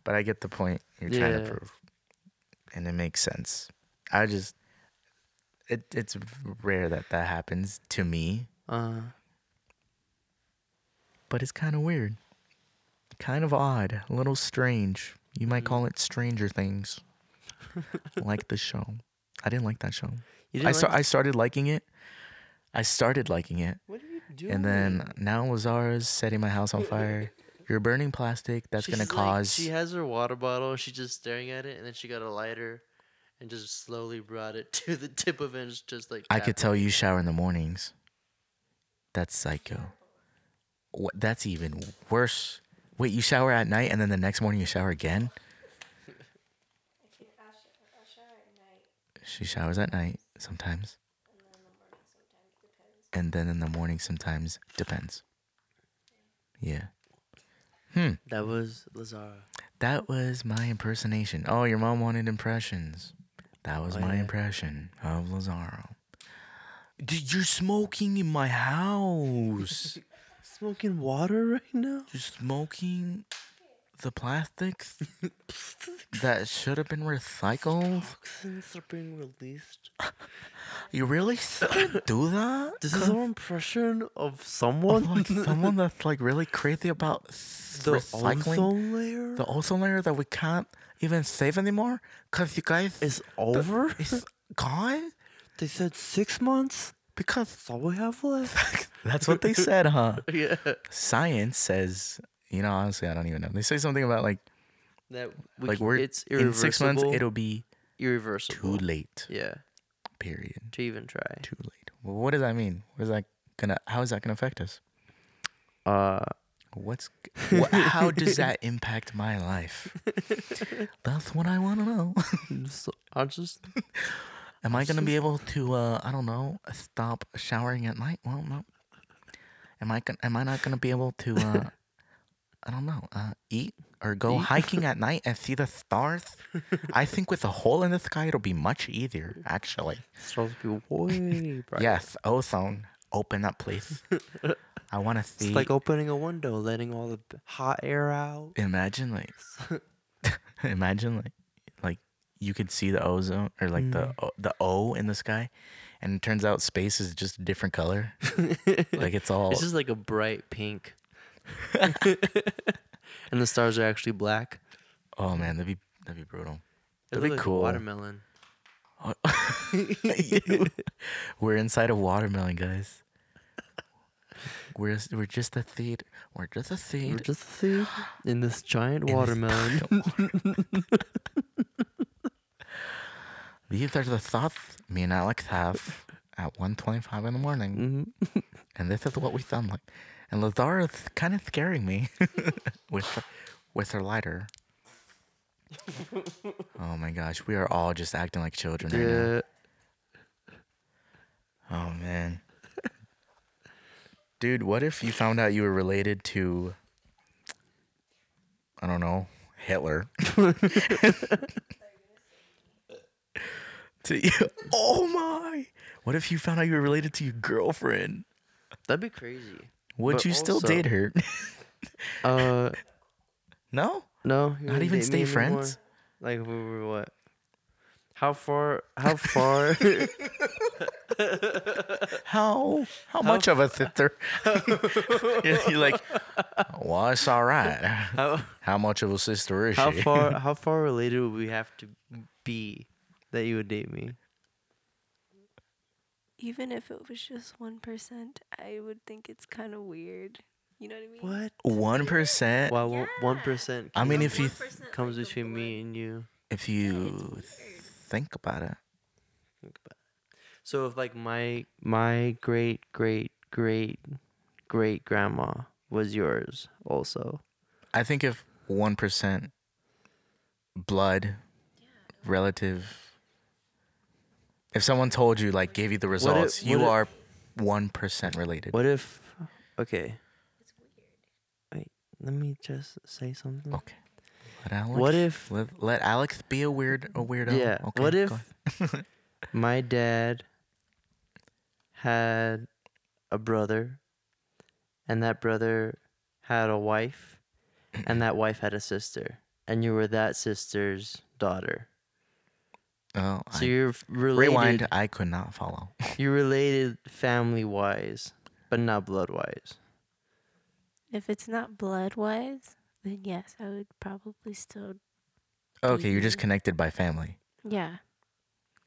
Speaker 1: but I get the point you're trying
Speaker 2: Yeah.
Speaker 1: to prove, and it makes sense. I just it it's rare that that happens to me,
Speaker 2: Uh,
Speaker 1: but it's kind of weird, kind of odd, a little strange. You
Speaker 2: Mm-hmm.
Speaker 1: might call it Stranger Things, like the show. I didn't like that show.
Speaker 2: you
Speaker 1: I
Speaker 2: didn't
Speaker 1: sta-
Speaker 2: like-
Speaker 1: I started liking it. I started liking it.
Speaker 2: What are you doing?
Speaker 1: And then now Lazara's setting my house on fire. You're burning plastic. That's
Speaker 2: She's
Speaker 1: gonna
Speaker 2: like-
Speaker 1: cause.
Speaker 2: she has her water bottle and she's just staring at it, and then she got a lighter, and just slowly brought it to the tip of it, and it's just like
Speaker 1: I could
Speaker 2: tapping.
Speaker 1: tell you shower in the mornings. That's psycho. What? That's even worse. Wait, you shower at night and then the next morning you shower again. She showers at night sometimes. And then in the morning sometimes depends. Yeah.
Speaker 2: That was Lazara.
Speaker 1: That was my impersonation. Oh, your mom wanted impressions. That was
Speaker 2: Oh,
Speaker 1: my
Speaker 2: yeah.
Speaker 1: impression of Lazaro. Dude, you're smoking in my house.
Speaker 2: Smoking water right now.
Speaker 1: you're smoking the plastic that should have been recycled.
Speaker 2: Toxins are being released.
Speaker 1: You really shouldn't do that?
Speaker 2: This is our impression of
Speaker 1: Of,
Speaker 2: someone.
Speaker 1: Oh, like someone that's like really crazy about s-
Speaker 2: the
Speaker 1: recycling
Speaker 2: ozone layer
Speaker 1: the ozone layer that we can't even save anymore because you guys
Speaker 2: is over.
Speaker 1: it's gone
Speaker 2: they said six months.
Speaker 1: because
Speaker 2: That's all we have left.
Speaker 1: That's what they said, huh?
Speaker 2: yeah.
Speaker 1: Science says, you know, honestly, I don't even know. They say something about like,
Speaker 2: That we
Speaker 1: like
Speaker 2: can-
Speaker 1: we're
Speaker 2: it's irreversible.
Speaker 1: in six months it'll be too
Speaker 2: irreversible.
Speaker 1: late.
Speaker 2: Yeah.
Speaker 1: Period.
Speaker 2: To even try.
Speaker 1: Too late. Well, what does that mean? What is that gonna? How is that gonna affect us?
Speaker 2: Uh.
Speaker 1: What's? What, how does that impact my life? That's what I want to know.
Speaker 2: So I just
Speaker 1: Am I gonna be able to? Uh, I don't know. Stop showering at night? Well, no. Am I? Gonna, am I not gonna be able to? Uh, I don't know. Uh, eat or go
Speaker 2: Eat?
Speaker 1: hiking at night and see the stars? I think with a hole in the sky, it'll be much easier. Actually,
Speaker 2: supposed to be way bright.
Speaker 1: yes. Ozone, open up, please. I want to see.
Speaker 2: It's like opening a window, letting all the b- hot air out.
Speaker 1: imagine like, imagine like, like you could see the ozone or like the
Speaker 2: Mm.
Speaker 1: o- the O in the sky, and it turns out space is just a different color. like it's all
Speaker 2: It's just like a bright pink. and the stars are actually black.
Speaker 1: Oh man, that'd be that'd be brutal.
Speaker 2: It
Speaker 1: That'd be
Speaker 2: look like
Speaker 1: cool.
Speaker 2: watermelon.
Speaker 1: We're inside a watermelon, guys. We're we're just a seed. We're just a
Speaker 2: We're
Speaker 1: seed.
Speaker 2: just see in this giant
Speaker 1: in this
Speaker 2: watermelon.
Speaker 1: watermelon. These are the thoughts me and Alex have at 1.25 in the morning,
Speaker 2: Mhm.
Speaker 1: and this is what we sound like. And Lazara's kind of scaring me with her, with her lighter. oh my gosh, we are all just acting like children right now.
Speaker 2: Yeah.
Speaker 1: Oh man. Dude, what if you found out you were related to I don't know, Hitler? to you. Oh my. What if you found out you were related to your girlfriend?
Speaker 2: That'd be crazy.
Speaker 1: Would
Speaker 2: But
Speaker 1: you still
Speaker 2: also-
Speaker 1: date her?
Speaker 2: Uh,
Speaker 1: No,
Speaker 2: no. you
Speaker 1: Not
Speaker 2: wouldn't
Speaker 1: even
Speaker 2: date
Speaker 1: stay
Speaker 2: me anymore?
Speaker 1: friends?
Speaker 2: Like we were what? How far? How far?
Speaker 1: how how much of a thither? You're like, well, it's all right.
Speaker 2: how,
Speaker 1: How much of a sister is
Speaker 2: how
Speaker 1: she?
Speaker 2: far? How far related would we have to be that you would date me?
Speaker 3: Even if it was just 1%, I would think it's kind of weird. You know what I mean?
Speaker 2: What?
Speaker 1: One percent.
Speaker 2: Wow, one- one
Speaker 3: Yeah.
Speaker 2: percent.
Speaker 1: I mean, if you th-
Speaker 3: 1% like
Speaker 2: comes
Speaker 3: the
Speaker 2: between
Speaker 3: blood.
Speaker 2: me and you.
Speaker 1: If
Speaker 3: it's
Speaker 1: you
Speaker 3: weird.
Speaker 1: think about it,
Speaker 2: Think about it. So if like my my great great great great grandma was yours also.
Speaker 1: I think if one percent blood relative, if someone told you like gave you the
Speaker 2: if-
Speaker 1: results, you
Speaker 2: what if-
Speaker 1: are one percent related.
Speaker 2: What if? Okay. Wait. Let me just say something.
Speaker 1: Okay. Let Alex,
Speaker 2: What if-
Speaker 1: let, let Alex be a weird a weirdo?
Speaker 2: Yeah.
Speaker 1: Okay,
Speaker 2: what
Speaker 1: go
Speaker 2: if
Speaker 1: ahead.
Speaker 2: my dad had a brother, and that brother had a wife, and that wife had a sister, and you were that sister's daughter?
Speaker 1: Oh,
Speaker 2: So
Speaker 1: I-
Speaker 2: you're f- related.
Speaker 1: rewind. I could not follow.
Speaker 2: You're related family wise, but not blood wise.
Speaker 3: If it's not blood wise, then yes, I would probably still.
Speaker 1: Okay, you're just
Speaker 3: Mhm.
Speaker 1: connected by family.
Speaker 3: Yeah.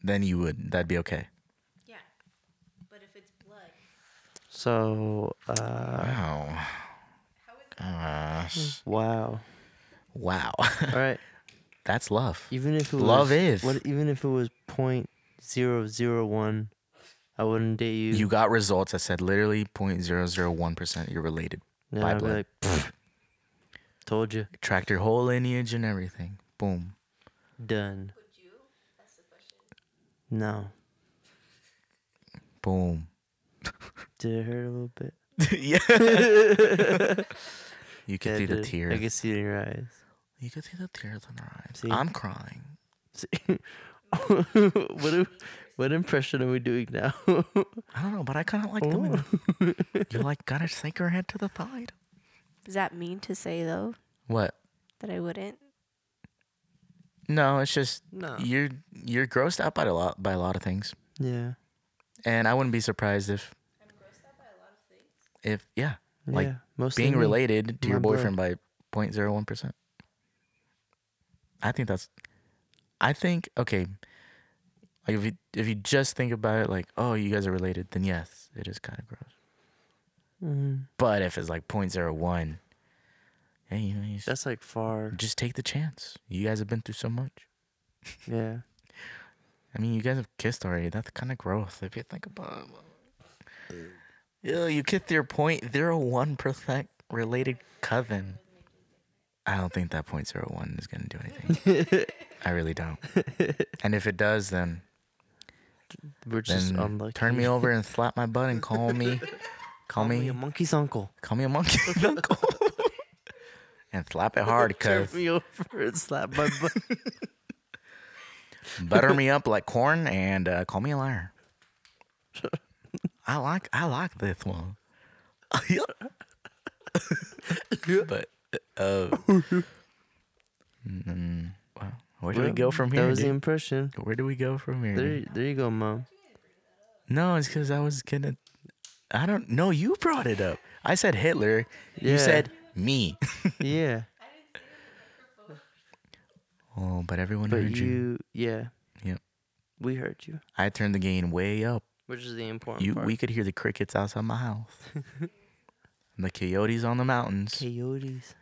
Speaker 1: Then you would. That'd be okay.
Speaker 3: Yeah. But if it's blood.
Speaker 2: So, uh,
Speaker 1: Wow. Gosh.
Speaker 2: wow.
Speaker 1: Wow.
Speaker 2: All right.
Speaker 1: That's love.
Speaker 2: Even if it
Speaker 1: Love
Speaker 2: was,
Speaker 1: is.
Speaker 2: What, even if it was point zero zero one, I wouldn't date you.
Speaker 1: You got results that said literally 0.001% you're related.
Speaker 2: Yeah,
Speaker 1: by
Speaker 2: I'd be
Speaker 1: blood.
Speaker 2: like, "Pfft, told you,
Speaker 1: Tracked your whole lineage and everything. Boom.
Speaker 2: done. No.
Speaker 1: Boom.
Speaker 2: Did it hurt a little bit?
Speaker 1: yeah. you
Speaker 2: Yeah,
Speaker 1: could see
Speaker 2: it
Speaker 1: the
Speaker 2: did.
Speaker 1: tears.
Speaker 2: I can see it in your eyes.
Speaker 1: You could see the tears in her eyes.
Speaker 2: See?
Speaker 1: I'm crying.
Speaker 2: See? what, do- what impression are we doing now?
Speaker 1: I don't know, but I kind of like doing it. You like gotta sink her head to the side.
Speaker 3: Is that mean to say, though,
Speaker 1: What?
Speaker 3: that I wouldn't?
Speaker 1: No, it's just
Speaker 2: no.
Speaker 1: you're you're grossed out by a lot by a lot of things,
Speaker 2: Yeah.
Speaker 1: and I wouldn't be surprised if if yeah, Like,
Speaker 2: yeah. Mostly
Speaker 1: being
Speaker 2: me.
Speaker 1: related to your
Speaker 2: my blood.
Speaker 1: boyfriend by 0.01 percent. I think that's. I think okay. Like if you if you just think about it, like oh you guys are related, then yes, it is kind of gross.
Speaker 2: Mhm.
Speaker 1: But if it's like 0.01, hey, you know, you s-
Speaker 2: That's like far.
Speaker 1: just take the chance. You guys have been through so much.
Speaker 2: Yeah.
Speaker 1: I mean, you guys have kissed already. That's kind of gross if you think about it. Ew, you kissed your point zero one percent related cousin. I don't think that point zero one is gonna do anything. I really don't. And if it does, then
Speaker 2: We're just
Speaker 1: then
Speaker 2: unlucky.
Speaker 1: turn me over and slap my butt and call me, call me,
Speaker 2: a monkey's uncle.
Speaker 1: call me a monkey uncle, and slap it hard,
Speaker 2: Turn
Speaker 1: cause
Speaker 2: me over and slap my butt.
Speaker 1: butter me up like corn and uh, call me a liar. I like I like this one. but uh, mm, wow. where do we
Speaker 2: Well,
Speaker 1: go from
Speaker 2: That
Speaker 1: here?
Speaker 2: was the
Speaker 1: dude?
Speaker 2: impression.
Speaker 1: Where do we go from here?
Speaker 2: There,
Speaker 1: dude?
Speaker 2: there you go, mom.
Speaker 1: No, it's because I was gonna. I don't. No, you brought it up. I said Hitler. You
Speaker 2: Yeah.
Speaker 1: said me.
Speaker 2: Yeah,
Speaker 1: oh, but everyone
Speaker 2: but
Speaker 1: heard you.
Speaker 2: you, yeah,
Speaker 1: Yep.
Speaker 2: we heard you,
Speaker 1: I turned the gain way up.
Speaker 2: which is the important
Speaker 1: You,
Speaker 2: part.
Speaker 1: we could hear the crickets outside my house. and the coyotes on the mountains.
Speaker 2: coyotes.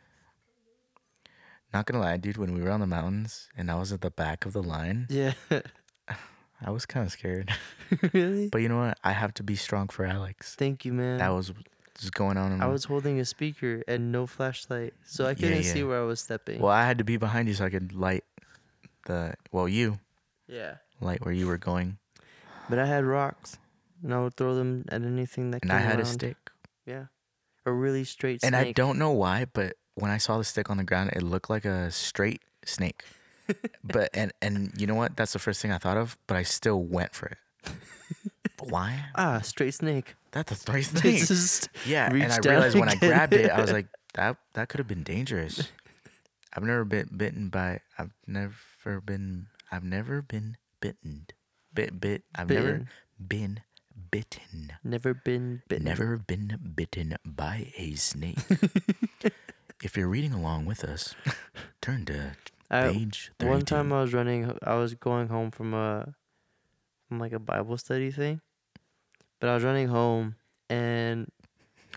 Speaker 1: Not gonna lie, dude, when we were on the mountains and I was at the back of the line,
Speaker 2: Yeah,
Speaker 1: I was kind of scared.
Speaker 2: really.
Speaker 1: but you know what? I have to be strong for Alex.
Speaker 2: Thank you, man.
Speaker 1: That was what's going on. In
Speaker 2: I
Speaker 1: my-
Speaker 2: was holding a speaker and no flashlight, so I couldn't see
Speaker 1: yeah.
Speaker 2: where I was stepping.
Speaker 1: Well, I had to be behind you so I could light the. Well, you
Speaker 2: Yeah,
Speaker 1: light where you were going,
Speaker 2: but I had rocks, and I would throw them at anything that
Speaker 1: and
Speaker 2: came
Speaker 1: I had
Speaker 2: around.
Speaker 1: a stick.
Speaker 2: Yeah, a really straight
Speaker 1: And I
Speaker 2: snake.
Speaker 1: don't know why, but when I saw the stick on the ground, it looked like a straight snake. but and and you know what? That's the first thing I thought of. But I still went for it. But why?
Speaker 2: ah straight snake.
Speaker 1: That's a straight snake.
Speaker 2: Just
Speaker 1: Yeah, and
Speaker 2: reached
Speaker 1: I
Speaker 2: down
Speaker 1: realized when I
Speaker 2: and get
Speaker 1: grabbed it, I was
Speaker 2: it.
Speaker 1: like, that that could have been dangerous. I've never been bitten by. I've never been. I've never been bitten. Bit bit. I've never
Speaker 2: Bitten.
Speaker 1: been bitten.
Speaker 2: Never been bitten.
Speaker 1: Never been bitten by a snake. if you're reading along with us, turn to
Speaker 2: I,
Speaker 1: page thirty-two.
Speaker 2: one time uh, I was running. h- I was going home from a, from like a Bible study thing, but I was running home and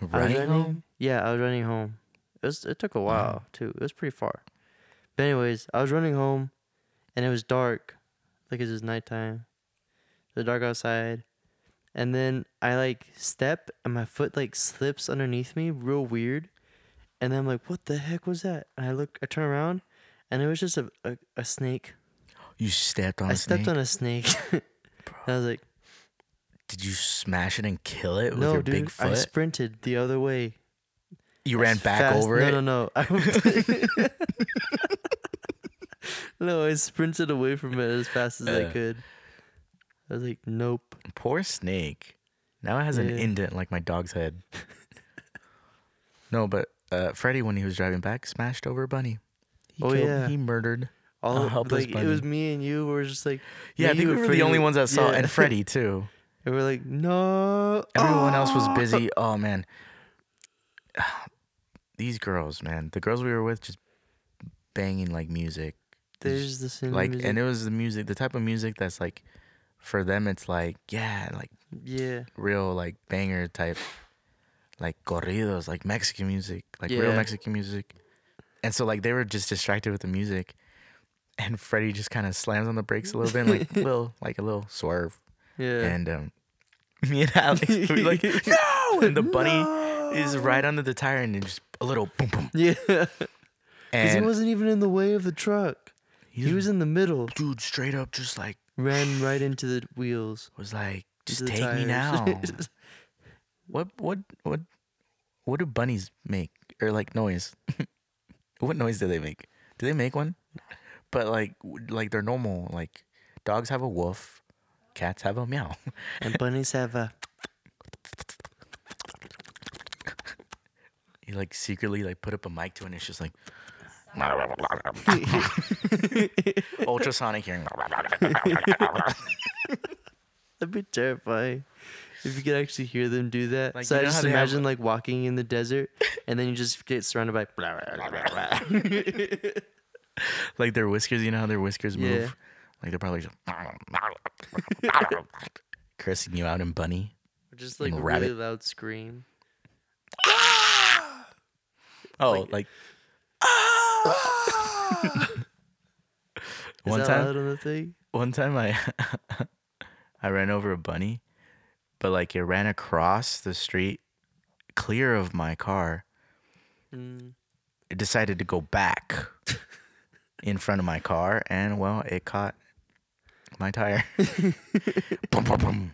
Speaker 2: I was
Speaker 1: Running home?
Speaker 2: Yeah, I was running home. It was. It took a while
Speaker 1: Wow.
Speaker 2: too. It was pretty far. But anyways, I was running home, and it was dark. Like it was nighttime. It was dark outside, and then I like step, and my foot like slips underneath me, real weird. And then I'm like, "What the heck was that?" And I look, I turn around, and it was just a a, a snake.
Speaker 1: You stepped on
Speaker 2: I
Speaker 1: a
Speaker 2: stepped
Speaker 1: snake.
Speaker 2: on a snake. and I was like,
Speaker 1: Did you smash it and kill it with
Speaker 2: "No,
Speaker 1: your
Speaker 2: dude!"
Speaker 1: big
Speaker 2: I
Speaker 1: foot?
Speaker 2: sprinted the other way.
Speaker 1: you
Speaker 2: as
Speaker 1: ran back
Speaker 2: fast-
Speaker 1: over
Speaker 2: no,
Speaker 1: it.
Speaker 2: No, no, I- no. I sprinted away from it as fast as I
Speaker 1: Uh.
Speaker 2: could. I was like, nope.
Speaker 1: Poor snake. Now it has an
Speaker 2: Yeah.
Speaker 1: indent like my dog's head. no, but uh, Freddy, when he was driving back, smashed over a bunny. He
Speaker 2: Oh, yeah.
Speaker 1: He murdered.
Speaker 2: All
Speaker 1: A
Speaker 2: of-
Speaker 1: helpless
Speaker 2: like it was
Speaker 1: bunny.
Speaker 2: me and you were just like,
Speaker 1: Yeah, I
Speaker 2: me,
Speaker 1: think
Speaker 2: you,
Speaker 1: we
Speaker 2: and
Speaker 1: were
Speaker 2: Freddy
Speaker 1: the only
Speaker 2: were-
Speaker 1: ones that saw,
Speaker 2: yeah.
Speaker 1: and Freddy too.
Speaker 2: and we're like, no.
Speaker 1: Everyone else was
Speaker 2: ah."
Speaker 1: busy. Oh man, these girls, man, the girls we were with just banging like music,
Speaker 2: There's the same
Speaker 1: like,
Speaker 2: music.
Speaker 1: and it was the music, the type of music that's like, for them, it's like, yeah, like
Speaker 2: yeah,
Speaker 1: real like banger type, like corridos, like Mexican music, like real
Speaker 2: Yeah.
Speaker 1: Mexican music. And so like they were just distracted with the music, and Freddie just kind of slams on the brakes a little bit, and, like little like a little swerve,
Speaker 2: yeah.
Speaker 1: and um, me and Alex we like no, and the bunny is
Speaker 2: No!
Speaker 1: right under the tire, and then just a little boom boom,
Speaker 2: yeah, because he
Speaker 1: and
Speaker 2: wasn't even in the way of the truck. He
Speaker 1: just-
Speaker 2: was in the middle.
Speaker 1: dude straight up just like
Speaker 2: Ran right into the wheels.
Speaker 1: was like just
Speaker 2: the
Speaker 1: take me
Speaker 2: tires.
Speaker 1: now. What what what what do bunnies make or like noise? what noise do they make? Do they make one? But like w- like they're normal. Like dogs have a woof, cats have a meow.
Speaker 2: and bunnies have a
Speaker 1: You like secretly like put up a mic to it and it's just like ultrasonic hearing.
Speaker 2: That'd be terrifying if you could actually hear them do that.
Speaker 1: Like,
Speaker 2: so
Speaker 1: you
Speaker 2: I
Speaker 1: know how
Speaker 2: just
Speaker 1: they have-
Speaker 2: imagine like walking in the desert, and then you just get surrounded by. Blah, blah, blah, blah, blah.
Speaker 1: like their whiskers, you know how their whiskers move?
Speaker 2: Yeah.
Speaker 1: Like they're probably just cursing you out in bunny.
Speaker 2: Or Just like a
Speaker 1: And
Speaker 2: really
Speaker 1: rabbit.
Speaker 2: loud scream.
Speaker 1: Oh, like, ah!
Speaker 2: Is
Speaker 1: one
Speaker 2: that
Speaker 1: time,
Speaker 2: loud on the thing?
Speaker 1: one time I I ran over a bunny, but like it ran across the street, clear of my car.
Speaker 2: Mm.
Speaker 1: It decided to go back in front of my car, and well, it caught my tire. boom, boom, boom.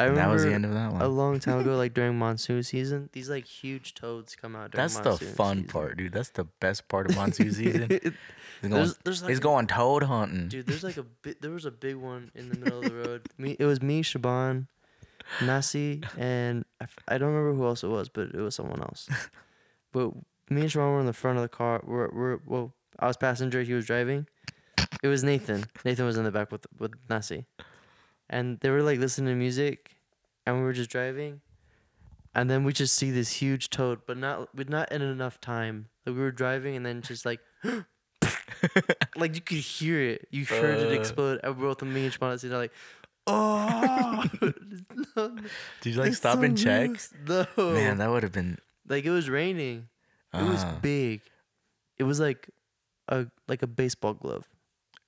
Speaker 2: I
Speaker 1: And
Speaker 2: remember
Speaker 1: that was the end of that
Speaker 2: a
Speaker 1: one.
Speaker 2: long time ago, like during monsoon season, these like huge toads come out. During
Speaker 1: That's the
Speaker 2: monsoon
Speaker 1: fun
Speaker 2: season.
Speaker 1: part, dude. That's the best part of monsoon season. It's going,
Speaker 2: there's, there's like
Speaker 1: it's
Speaker 2: a-
Speaker 1: going toad hunting.
Speaker 2: Dude, there's like a bit. There was a big one in the middle of the road. Me, it was me, Shaban, Nasi, and I, f- I don't remember who else it was, but it was someone else. But me and Shaban were in the front of the car. We're, we're well, I was passenger. He was driving. It was Nathan. Nathan was in the back with with Nasi, and they were like listening to music, and we were just driving, and then we just see this huge toad, but not but not in enough time. Like we were driving, and then just like. like you could hear it. You heard it
Speaker 1: Uh.
Speaker 2: explode. I wrote the me and Shimon and like, oh, No, no,
Speaker 1: Did you like
Speaker 2: it's
Speaker 1: stop
Speaker 2: so
Speaker 1: and check?
Speaker 2: gross. No,
Speaker 1: Man, that would have been.
Speaker 2: like it was raining. It was
Speaker 1: Ah.
Speaker 2: big. It was like a like a baseball glove,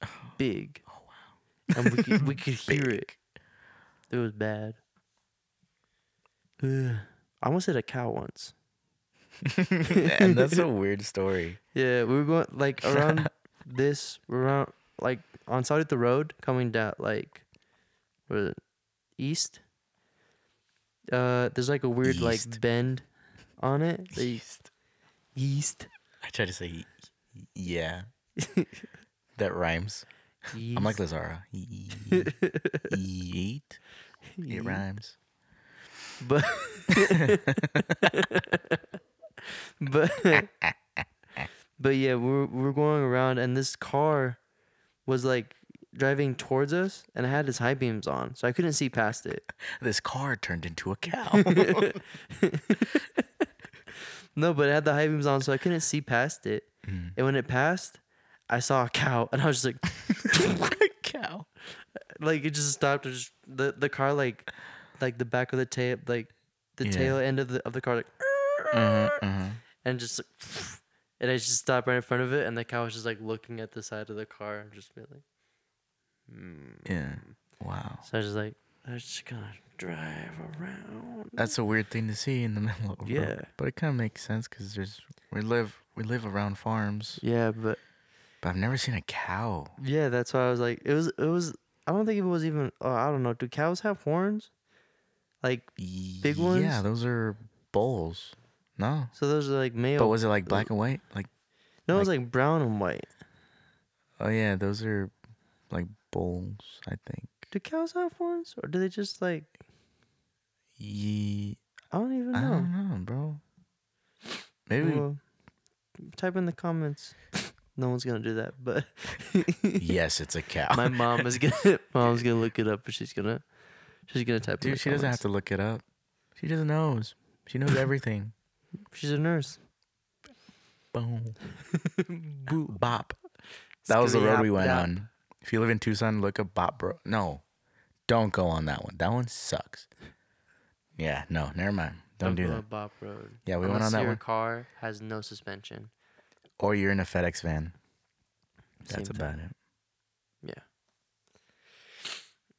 Speaker 2: big. Oh wow! And we could, we could hear it. It was bad. Ugh. I almost hit a cow once.
Speaker 1: and that's a weird story.
Speaker 2: Yeah, we were going like around this around like on side of the road coming down like what is it, east. Uh, there's like a weird like
Speaker 1: East.
Speaker 2: bend on it. that you- east.
Speaker 1: I try to say, y- y- yeah. that rhymes. I'm like Lazara. Y- y- Yeet. It rhymes.
Speaker 2: But but but yeah, we're we're going around, and this car was like driving towards us, and it had its high beams on, so I couldn't see past it.
Speaker 1: This car turned into a cow.
Speaker 2: No, but it had the high beams on, so I couldn't see past it. And when it passed, I saw a cow, and I was just like,
Speaker 1: cow.
Speaker 2: like it just stopped. It just the the car like, like the back of the tail, like the
Speaker 1: Yeah.
Speaker 2: tail end of the of the car, like,
Speaker 1: Uh-huh, uh-huh.
Speaker 2: and just like, and I just stopped right in front of it, and the cow was just like looking at the side of the car, and just be like, mm.
Speaker 1: Yeah. Wow.
Speaker 2: so I was just like, I'm just gonna drive around.
Speaker 1: That's a weird thing to see in the middle of a road.
Speaker 2: Yeah.
Speaker 1: But it kind of makes sense because there's we live we live around farms,
Speaker 2: Yeah, but
Speaker 1: but I've never seen a cow.
Speaker 2: yeah, that's why I was like, it was it was. I don't think it was even. Oh, I don't know. Do cows have horns? Like
Speaker 1: Big Yeah,
Speaker 2: ones?
Speaker 1: those are bulls. No.
Speaker 2: so those are like male.
Speaker 1: But was it like black and white? Like
Speaker 2: No, it was like brown and white.
Speaker 1: oh yeah, those are like bulls. I think.
Speaker 2: Do cows have horns, or do they just like?
Speaker 1: Ye-
Speaker 2: I don't even
Speaker 1: I
Speaker 2: know.
Speaker 1: don't know, bro. Ah, Maybe
Speaker 2: Well, type in the comments. no one's gonna do that, but
Speaker 1: yes, it's a cow.
Speaker 2: my mom is gonna. Mom's gonna look it up, and she's gonna. She's gonna type. in
Speaker 1: Dude,
Speaker 2: the
Speaker 1: she doesn't have to look it up. She just knows. She knows everything.
Speaker 2: comments. She's a nurse.
Speaker 1: Boom. Bop. That was the road we went
Speaker 2: Scrap
Speaker 1: on. If you live in Tucson, look up Bop Bro. No, don't go on that one. That one sucks. Yeah, no, never mind. Don't do
Speaker 2: Buffalo
Speaker 1: that.
Speaker 2: Bop Road.
Speaker 1: Yeah, we went
Speaker 2: Unless
Speaker 1: on that
Speaker 2: your
Speaker 1: one.
Speaker 2: car has no suspension.
Speaker 1: Or you're in a FedEx van. That's
Speaker 2: Same
Speaker 1: about
Speaker 2: thing.
Speaker 1: it.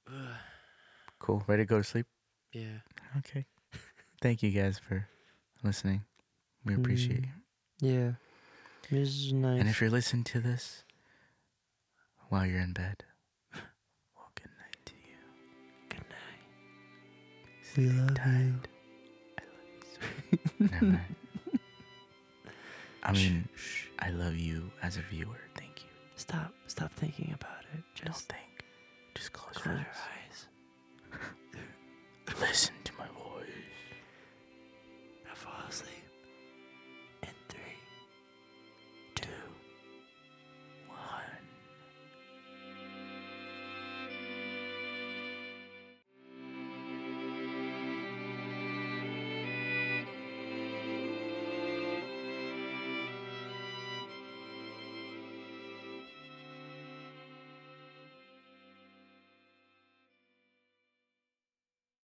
Speaker 2: Yeah.
Speaker 1: Cool. Ready to go to sleep?
Speaker 2: Yeah.
Speaker 1: Okay. Thank you guys for listening. We appreciate you.
Speaker 2: Yeah. This is nice.
Speaker 1: And if you're listening to this while you're in bed, well, good night to you.
Speaker 2: Good night. We love you.
Speaker 1: Never mind. I mean, I love you as a viewer. Thank you.
Speaker 2: Stop. Stop thinking about it.
Speaker 1: Don't
Speaker 2: Just
Speaker 1: think. Just close,
Speaker 2: close
Speaker 1: your
Speaker 2: your eyes.
Speaker 1: eyes. Listen